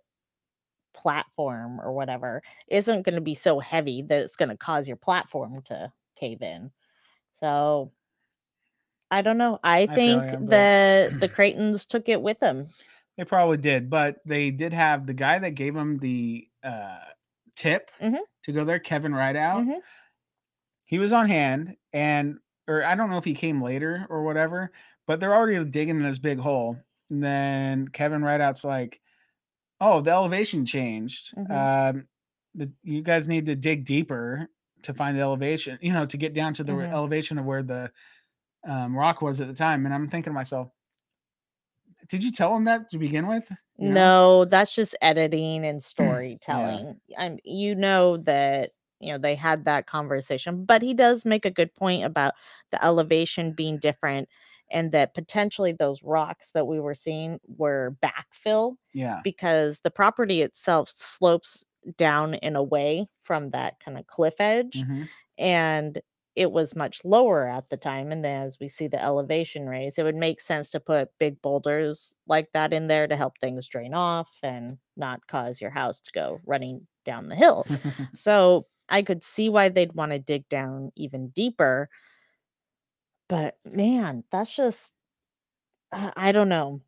platform or whatever isn't going to be so heavy that it's going to cause your platform to cave in so i don't know i
feel
think
ya, but-
that the creightons took it with them
They probably did, but they did have the guy that gave him the uh, tip
Mhm.
to go there, Kevin Rideout.
Mhm.
He was on hand, and or I don't know if he came later or whatever, but they're already digging this big hole. And then Kevin Rideout's like, "Oh, the elevation changed.
Mhm.
Um, the, you guys need to dig deeper to find the elevation. You know, to get down to the
Mhm.
elevation of where the um, rock was at the time." And I'm thinking to myself, "Did you tell him that to begin with?" you
No, that's just editing and storytelling. I'm you know that you know they had that conversation, but he does make a good point about the elevation being different and that potentially those rocks that we were seeing were backfill
Yeah.
because the property itself slopes down and away from that kind of cliff edge
mhm.
and it was much lower at the time. And then as we see the elevation raise, it would make sense to put big boulders like that in there to help things drain off and not cause your house to go running down the hill. so I could see why they'd want to dig down even deeper. But man, that's just, I I don't know.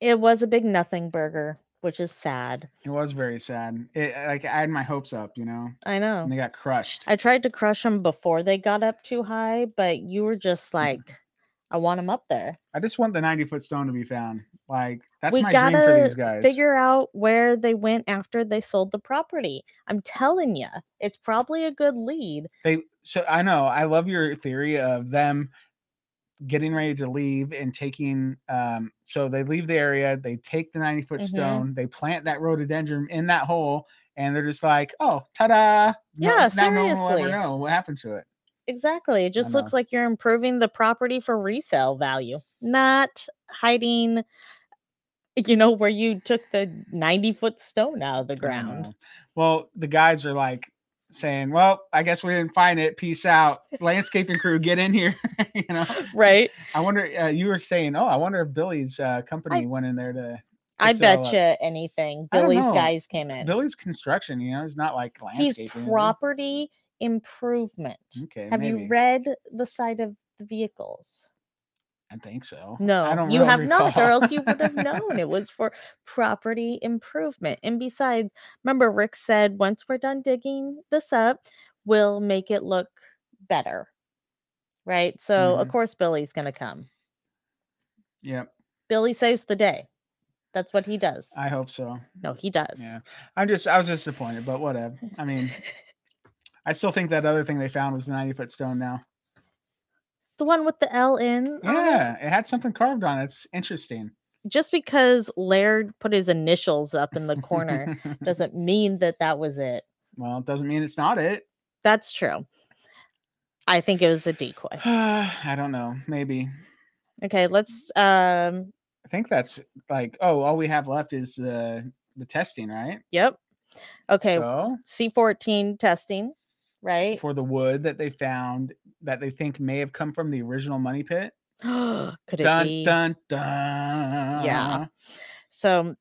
It was a big nothing burger, which is sad.
it was very sad. It, like I had my hopes up, you know,
I know.
and they got crushed.
I tried to crush them before they got up too high, but you were just
Mm-hmm.
like, I want them up there.
I just want the 90 foot stone to be found. Like that's
we
my dream
gotta
for these guys.
figure out where they went after they sold the property. I'm telling you, it's probably a good lead.
they so I know I love your theory of them getting ready to leave and taking um so they leave the area, they take the 90 foot
Mhm.
stone, they plant that rhododendron in that hole, and they're just like, oh, ta-da. No-
Yeah,
now no one will ever
seriously.
know what happened to it.
Exactly. It just looks
know.
like you're improving the property for resale value, not hiding, you know, where you took the 90 foot stone out of the
I don't
ground.
know. Well, the guys are like saying, "Well, I guess we didn't find it. Peace out, landscaping crew. Get in here." you know,
Right.
I wonder. Uh, you were saying, "Oh, I wonder if Billy's uh, company went in there to
I
It's all
bet
up.
you anything.
I don't
Billy's
know.
guys came in.
Billy's construction." You know, it's not like
He's
landscaping. is it?
property improvement.
Okay,
Have
maybe.
you read the side of the vehicles?
I think so.
No,
I don't.
you
really
have not, or
recall.
else you would have known it was for property improvement. And besides, remember, Rick said once we're done digging this up, we'll make it look better. Right. So, of
Mhm.
course, Billy's going to come.
yep,
Billy saves the day. That's what he does.
I hope so.
no, he does.
Yeah, I'm just. I was disappointed, but whatever. I mean. I still think that other thing they found was the 90 foot stone now.
The one with the L in. um, on it?
Yeah, it had something carved on it. It's interesting.
Just because Laird put his initials up in the corner doesn't mean that that was it.
Well, it doesn't mean it's not it.
That's true. I think it was a decoy.
I don't know. Maybe.
Okay, let's um
I think that's like, oh, all we have left is the the testing, right?
yep. Okay,
So
C14 testing, right?
for the wood that they found that they think may have come from the original money pit.
Could it
Dun
be?
dun dun.
So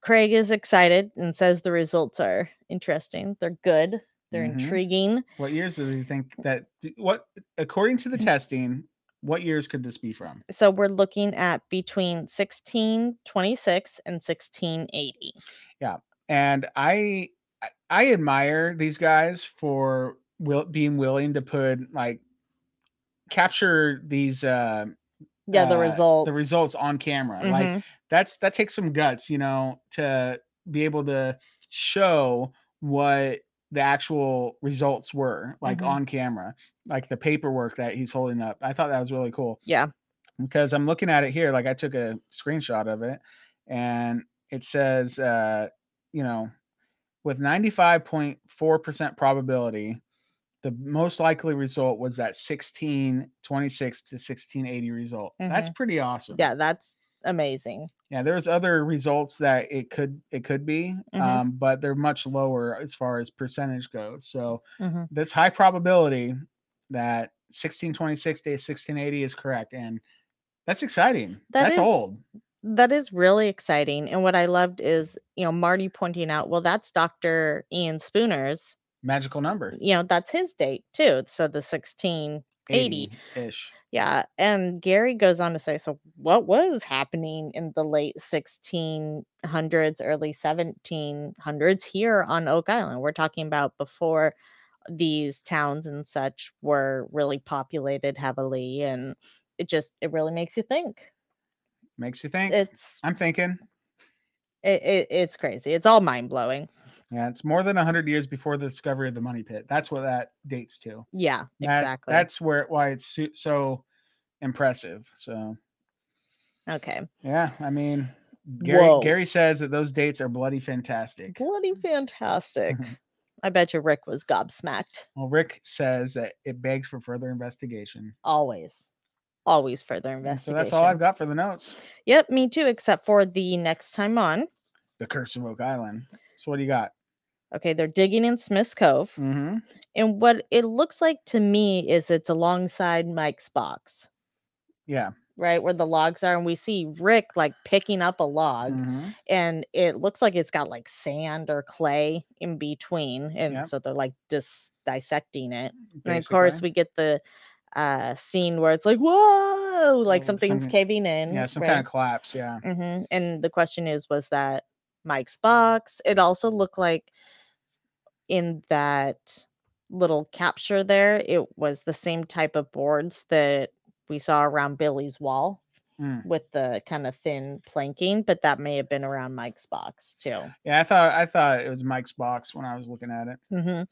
Craig is excited and says the results are interesting. They're good. They're
Mhm.
intriguing.
What years do you think that what according to the testing, what years could this be from?
So we're looking at between 1626 and 1680.
And I I- I admire these guys for will being willing to put like capture these uh
Yeah, the
uh,
result.
the results on camera like
Mhm.
that's that takes some guts you know to be able to show what the actual results were like
Mhm.
on camera like the paperwork that he's holding up i thought that was really cool
yeah.
because i'm looking at it here like i took a screenshot of it and it says uh you know with 95.4% probability the most likely result was that 1626 to 1680 result that's pretty awesome
Yeah, that's amazing.
yeah, there's other results that it could it could be,
Mhm.
um, but they're much lower as far as percentage goes. So
Mhm.
there's high probability that 1626 to 1680 is correct, and that's exciting.
That
that's
is-
old.
That is really exciting. And what I loved is, you know, Marty pointing out, well, that's Dr. Ian Spooner's,
Magical number.
you know, that's his date too. So the 16 80.
80-ish.
Yeah. And Gary goes on to say, so what was happening in the late 1600s, early 1700s here on Oak Island? We're talking about before these towns and such were really populated heavily. And it just, it really makes you think.
Makes you think.
It's,
I'm thinking.
it, it, it's crazy. It's all mind blowing.
Yeah, it's more than 100 years before the discovery of the money pit. That's what that dates to.
Yeah,
That-
exactly.
That's where why it's so, so impressive. So
okay.
Yeah, I mean, Gary,
Whoa.
Gary says that those dates are bloody fantastic.
Bloody fantastic.
Mm-hmm.
I bet you Rick was gobsmacked.
Well, Rick says that it begs for further investigation.
Always, always further
And So
investigation.
that's all I've got for the notes.
Yep, me too, except for the next time on.
The Curse of Oak Island. So what do you got?
Okay, they're digging in Smith's Cove.
Mm-hmm.
And what it looks like to me is it's alongside Mike's box,
Yeah.
right? Where the logs are. And we see Rick like picking up a log
mhm.
and it looks like it's got like sand or clay in between. And
Yep.
so they're like dis- dissecting it. And of course,
Basically.
we get the uh scene where it's like, whoa, like
Oh,
something's
something-
caving in.
yeah, some kind of collapse. Yeah.
Mm-hmm. And the question is, was that Mike's box? It also looked like in that little capture there, it was the same type of boards that we saw around Billy's wall
Mm.
with the kind of thin planking, but that may have been around Mike's box too.
Yeah, I thought I thought it was Mike's box when I was looking at it.
Mm-hmm.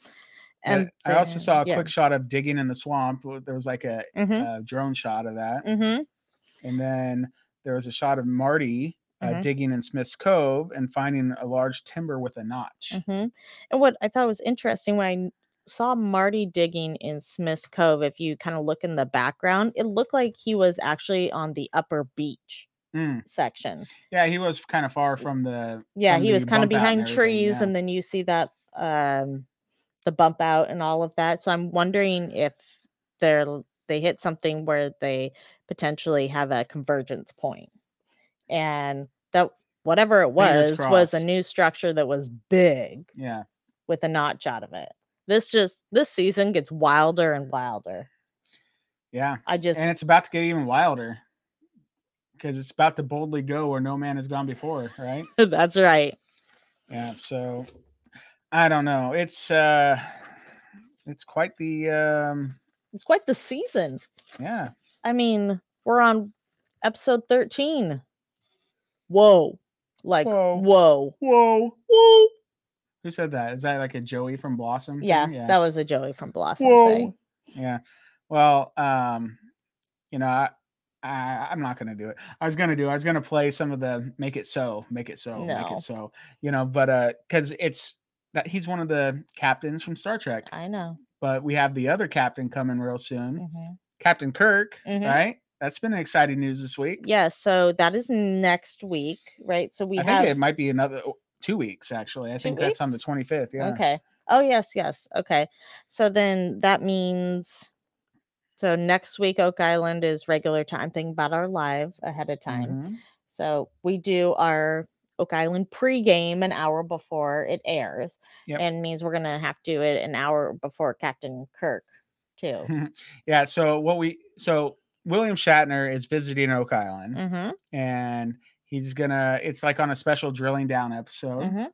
But I also saw a quick shot of digging in the swamp. w- There was like a,
Mm-hmm.
a drone shot of that.
Mm-hmm.
And then there was a shot of Marty uh,
Mhm.
digging in Smith's Cove and finding a large timber with a notch.
hmm And what I thought was interesting when I n- saw Marty digging in Smith's Cove, if you kind of look in the background, it looked like he was actually on the upper beach
Mm.
section.
Yeah, he was kind of far from the.
Yeah,
from
he was
the
kind of
bump out and
behind
everything,
trees,
yeah.
and then you see that um the bump out and all of that. So I'm wondering if they're l- they hit something where they potentially have a convergence point. And that whatever it was
Fingers
was a
crossed.
new structure that was big.
Yeah,
with a notch out of it. This just this season gets wilder and wilder.
yeah,
I just
and it's about to get even wilder because it's about to boldly go where no man has gone before, right?
that's right.
Yeah. So I don't know. It's uh, it's quite the um,
It's quite the season.
yeah.
I mean, we're on episode 13. Whoa. Like
Whoa.
whoa. Whoa.
Whoa,
Whoa.
who said that? Is that like a Joey from Blossom? thing?
Yeah,
Mm-hmm, yeah.
that was a Joey from Blossom thing.
Yeah. Well, um, you know, I, I I'm not gonna do it. I was gonna do. I was gonna play some of the "Make It So," "Make It So," "Make
No.
It So," you know, but uh, because it's that he's one of the captains from Star Trek.
I know.
But we have the other captain coming real soon,
Mhm.
Captain Kirk.
Mhm.
Right? That's been exciting news this week.
Yeah, so that is next week, right? So we
I
have
think it might be another oh, two weeks actually. I
Two
think that's on the
weeks?
25th. Yeah.
Okay. Oh yes, yes. Okay. So then that means so next week Oak Island is regular time thing about our live ahead of time.
Mhm.
So we do our Oak Island pregame an hour before it airs.
Yep.
And means we're gonna have to do it an hour before Captain Kirk too.
Yeah. So what we so William Shatner is visiting Oak Island.
hmm mm-hmm.
and he's gonna it's like on a special drilling down episode
hmm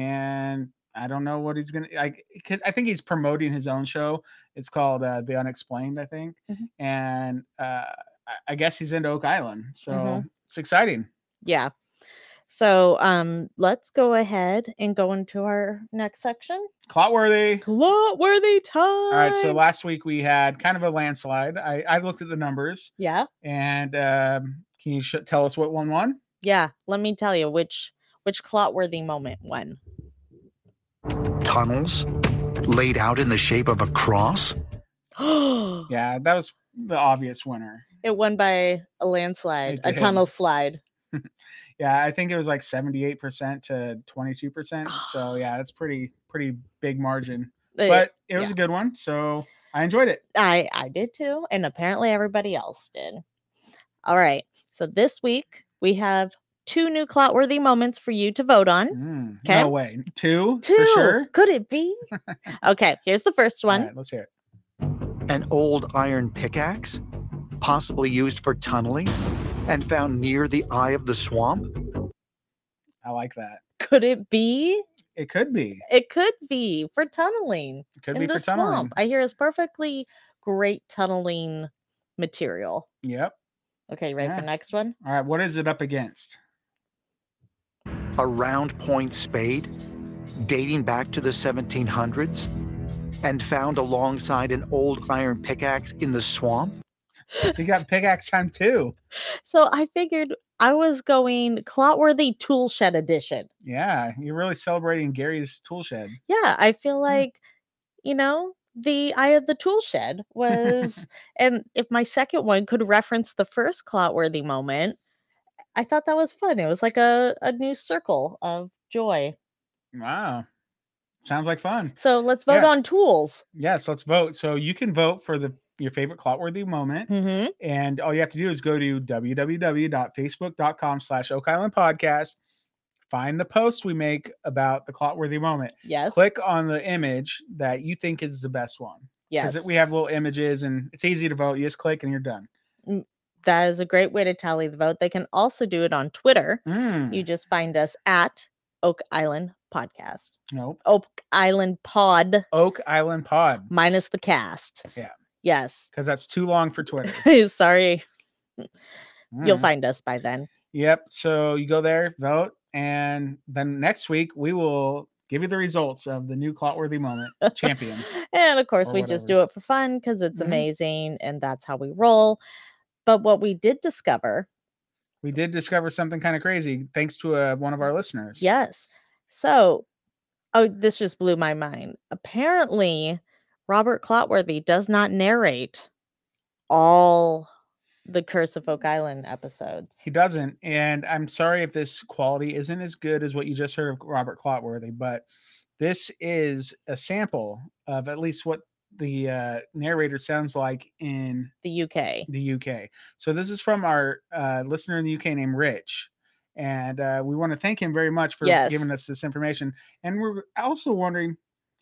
and I don't know what he's gonna. I 'cause I think he's promoting his own show. It's called uh, The Unexplained, I think,
Mhm.
and uh, I, I guess he's into Oak Island, so
Mhm.
it's exciting.
Yeah. So um let's go ahead and go into our next section.
Clotworthy.
Clotworthy time.
All right, so last week we had kind of a landslide. I, I looked at the numbers,
yeah.
and um, can you sh- tell us what one won?
Yeah. Let me tell you which which clotworthy moment when.
Tunnels laid out in the shape of a cross?
yeah.
Yeah, that was the obvious winner.
It won by a landslide,
It
a
did.
tunnel slide.
Yeah, I think it was like seventy-eight percent to twenty-two percent. So yeah, that's pretty pretty big margin,
Uh,
but it was
yeah.
a good one. So I enjoyed it.
I I did too, and apparently everybody else did. All right. So this week we have two new clotworthy moments for you to vote on.
Mm,
Okay.
No way. Two,
Two.
for sure.
Could it be? okay, here's the first
All
one.
right, let's hear it.
An old iron pickaxe? Possibly used for tunneling and found near the eye of the swamp?
I like that.
Could it be?
It could be.
It could be for tunneling
It could
in
be
the
for tunneling.
swamp. I hear it's perfectly great tunneling material.
Yep.
Okay, you ready
Yeah.
for next one?
All right. What is it up against?
A round point spade dating back to the 1700s and found alongside an old iron pickaxe in the swamp?
So you got pickaxe time too.
So I figured I was going clotworthy tool shed edition.
Yeah. You're really celebrating Gary's tool shed.
Yeah, I feel
Mm.
like, you know, the eye of the tool shed was, and if my second one could reference the first clotworthy moment, I thought that was fun. It was like a, a new circle of joy.
Wow. Sounds like fun.
So let's vote
Yeah.
on tools.
Yes, let's vote. So you can vote for the your favorite clotworthy moment.
Mm-hmm.
And all you have to do is go to www.facebook.com slash Oak Island Podcast, find the post we make about the clotworthy moment.
Yes.
Click on the image that you think is the best one.
Yes.
because we have little images and it's easy to vote. You just click and you're done.
that is a great way to tally the vote. They can also do it on Twitter.
Mm.
You just find us at Oak Island Podcast.
nope.
Oak Island Pod
Oak Island Pod
minus the cast.
Yeah.
Yes.
because that's too long for Twitter.
Sorry. You'll
Mm.
find us by then.
Yep. So you go there, vote, and then next week we will give you the results of the new Clotworthy Moment champion.
And of course,
Or
we just
whatever.
do it for fun because it's
Mhm.
amazing and that's how we roll. But what we did discover,
We did discover something kind of crazy thanks to uh, one of our listeners.
yes. So, oh, this just blew my mind. Apparently, Robert Clotworthy does not narrate all the Curse of Oak Island episodes.
He doesn't. And I'm sorry if this quality isn't as good as what you just heard of Robert Clotworthy, but this is a sample of at least what the uh, narrator sounds like in
The UK.
the UK. So this is from our uh, listener in the UK named Rich. And uh, we want to thank him very much for
Yes.
giving us this information. And we're also wondering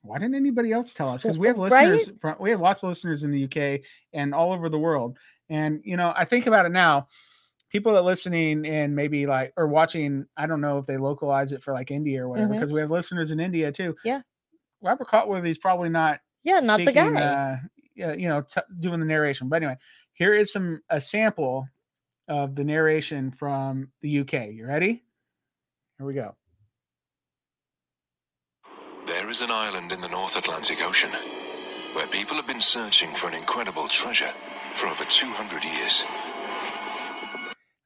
why didn't anybody else tell us? Because we have
Right?
listeners from we have lots of listeners in the UK and all over the world. And you know, I think about it now. People that listening and maybe like or watching, I don't know if they localize it for like India or whatever,
Mhm.
because we have listeners in India too.
Yeah.
Robert Cotworthy's probably not
Yeah, not the
speaking,
guy.
Uh, yeah, you know, t- doing the narration. But anyway, here is some a sample of the narration from the UK. You ready? Here we go.
There is an island in the North Atlantic Ocean where people have been searching for an incredible treasure for over 200 years.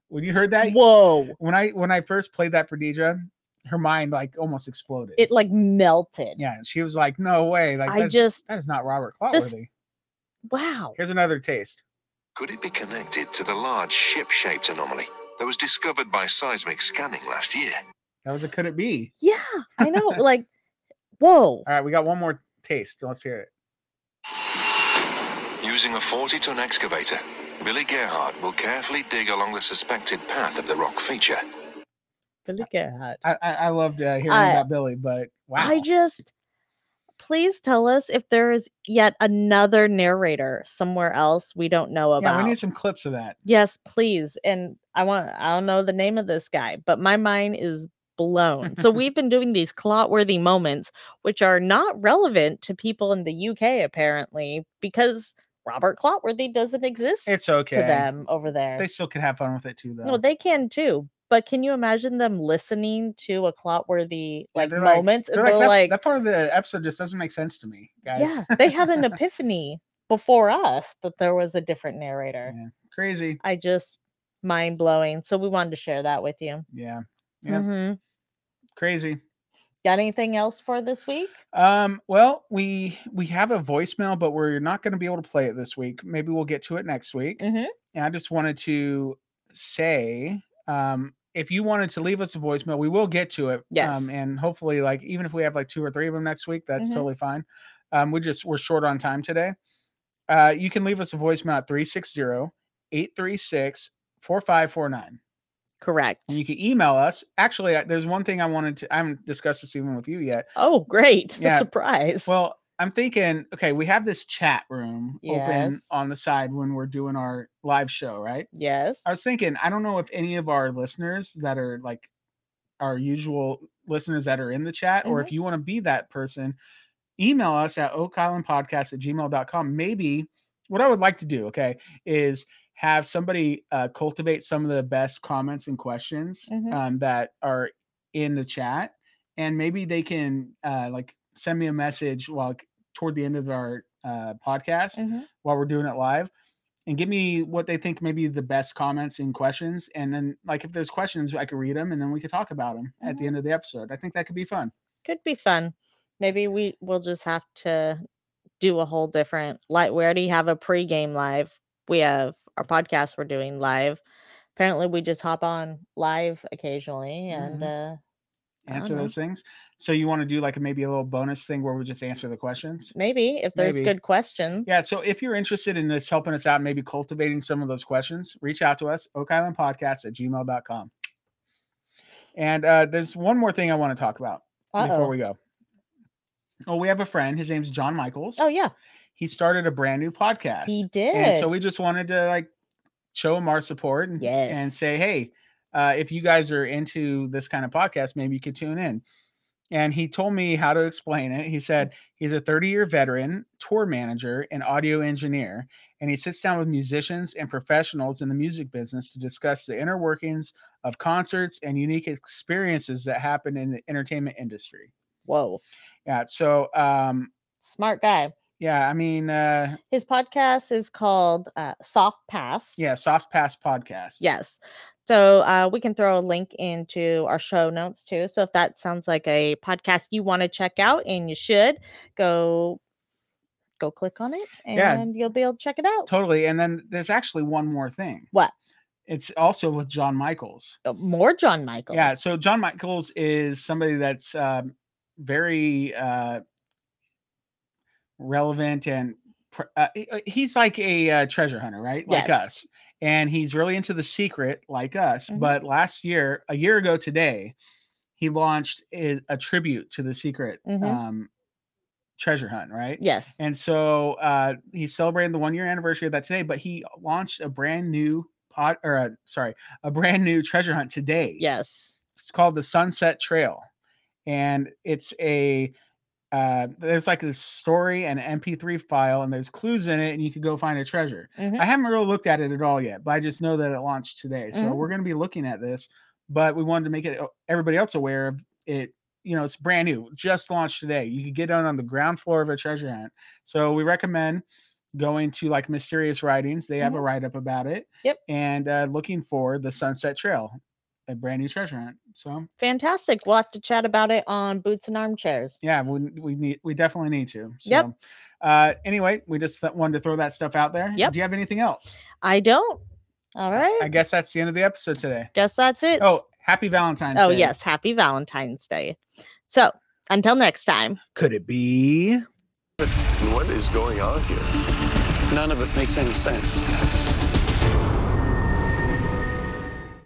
When you heard that,
Whoa.
when uh, I when I first played that for Deidre, her mind like almost exploded.
It like melted.
yeah, she was like, "No way!" Like
I
that's,
just-
that is not Robert
This-
Clotworthy.
Wow.
Here's another taste.
Could it be connected to the large ship shaped anomaly that was discovered by seismic scanning last year?
That was a could it be?
Yeah, I know. like, whoa.
All right, we got one more taste. Let's hear it.
Using a 40 ton excavator, Billy Gerhardt will carefully dig along the suspected path of the rock feature.
Billy Gerhardt.
I I, I loved uh, hearing
I-
about Billy, but wow,
I just please tell us if there is yet another narrator somewhere else we don't know
yeah,
about.
we need some clips of that.
yes, please. And I want I don't know the name of this guy, but my mind is blown. So we've been doing these clotworthy moments, which are not relevant to people in the UK apparently, because Robert Clotworthy doesn't exist
It's okay.
to them over there.
They still could have fun with it too, though.
No, they can too. But can you imagine them listening to a clotworthy
Yeah,
like
they're like-
moment?
They're
and they're
that,
like,
that part of the episode just doesn't make sense to me, guys.
yeah, they had an epiphany before us that there was a different narrator.
Yeah. Crazy.
I just mind blowing. So we wanted to share that with you.
Yeah. Yeah.
Mhm.
Crazy.
Got anything else for this week?
Um, well, we we have a voicemail, but we're not going to be able to play it this week. Maybe we'll get to it next week.
Mhm.
And I just wanted to say, um, if you wanted to leave us a voicemail, we will get to it.
Yes.
Um, and hopefully, like even if we have like two or three of them next week, that's
Mhm.
totally fine. Um, we just we're short on time today. Uh, you can leave us a voicemail at 360-836-4549.
Correct.
And you can email us. Actually, I- there's one thing I wanted to I haven't discussed this even with you yet.
Oh, great.
Yeah.
Surprise.
Well, I'm thinking, okay, we have this chat room open
Yes.
on the side when we're doing our live show, right?
yes.
I was thinking, I don't know if any of our listeners that are like our usual listeners that are in the chat, or if you want to be that person, email us at oakislandpodcast at gmail.com. Maybe what I would like to do, okay, is have somebody uh, cultivate some of the best comments and questions
Mhm.
um, that are in the chat. And maybe they can uh, like send me a message while like, toward the end of our uh, podcast
Mhm.
while we're doing it live and give me what they think maybe the best comments and questions and then like if there's questions i could read them and then we could talk about them at the
Mhm.
end of the episode i think that could be fun
Could be fun. Maybe we will just have to do a whole different like we already have a pregame live. We have our podcast we're doing live. Apparently we just hop on live occasionally and
Mm-hmm.
uh I
answer
dunno.
those things so you want to do like maybe a little bonus thing where we just answer the questions
maybe if there's
Maybe.
good questions.
yeah so if you're interested in this helping us out maybe cultivating some of those questions reach out to us oak island podcast at gmail.com and uh, there's one more thing i want to talk about before
Uh-oh.
we go oh we have a friend his name's john michaels
oh yeah.
he started a brand new podcast
He did.
And so we just wanted to like show them our support and,
Yes.
and say, hey, uh, if you guys are into this kind of podcast, maybe you could tune in. And he told me how to explain it. He said he's a 30 year veteran, tour manager, and audio engineer. And he sits down with musicians and professionals in the music business to discuss the inner workings of concerts and unique experiences that happen in the entertainment industry.
Whoa.
Yeah. So, um,
Smart guy.
yeah, I mean, uh,
His podcast is called uh, Soft Pass.
yeah, Soft Pass Podcast.
Yes. So uh, we can throw a link into our show notes too. So if that sounds like a podcast you want to check out, and you should, go go click on it, and
Yeah.
you'll be able to check it out.
Totally. And then there's actually one more thing.
What?
It's also with John Michaels.
Uh, More John Michaels.
Yeah. So John Michaels is somebody that's um, very uh, relevant and pr- uh, he- uh, he's like a uh, treasure hunter, right? Like
Yes.
us. And he's really into the secret, like us.
Mhm.
But last year, a year ago today, he launched a, a tribute to the secret
Mhm.
um, treasure hunt, right?
Yes.
And so uh, he's celebrating the one year anniversary of that today, but he launched a brand new pot or uh, sorry, a brand new treasure hunt today.
Yes.
It's called the Sunset Trail. And it's a uh, there's like this story and MP3 file, and there's clues in it, and you could go find a treasure.
Mhm.
I haven't really looked at it at all yet, but I just know that it launched today. So
Mm-hmm.
we're going to be looking at this, but we wanted to make it uh, everybody else aware of it. You know, it's brand new, just launched today. You could get on on the ground floor of a treasure hunt. So we recommend going to like Mysterious Writings. They have a
Mhm.
write up about it.
Yep.
And uh, looking for the Sunset Trail, a brand new treasure hunt. So
Fantastic. We'll have to chat about it on Boots and Armchairs.
yeah, we, we need we definitely need to. So,
Yep.
Uh, anyway, we just th- wanted to throw that stuff out there.
Yep. Mm.
Do you have anything else?
I don't. All right.
I guess that's the end of the episode today.
guess that's it.
Oh, happy Valentine's
oh
Day.
yes. Happy Valentine's Day. So until next time.
Could it be?
What is going on here?
None of it makes any sense.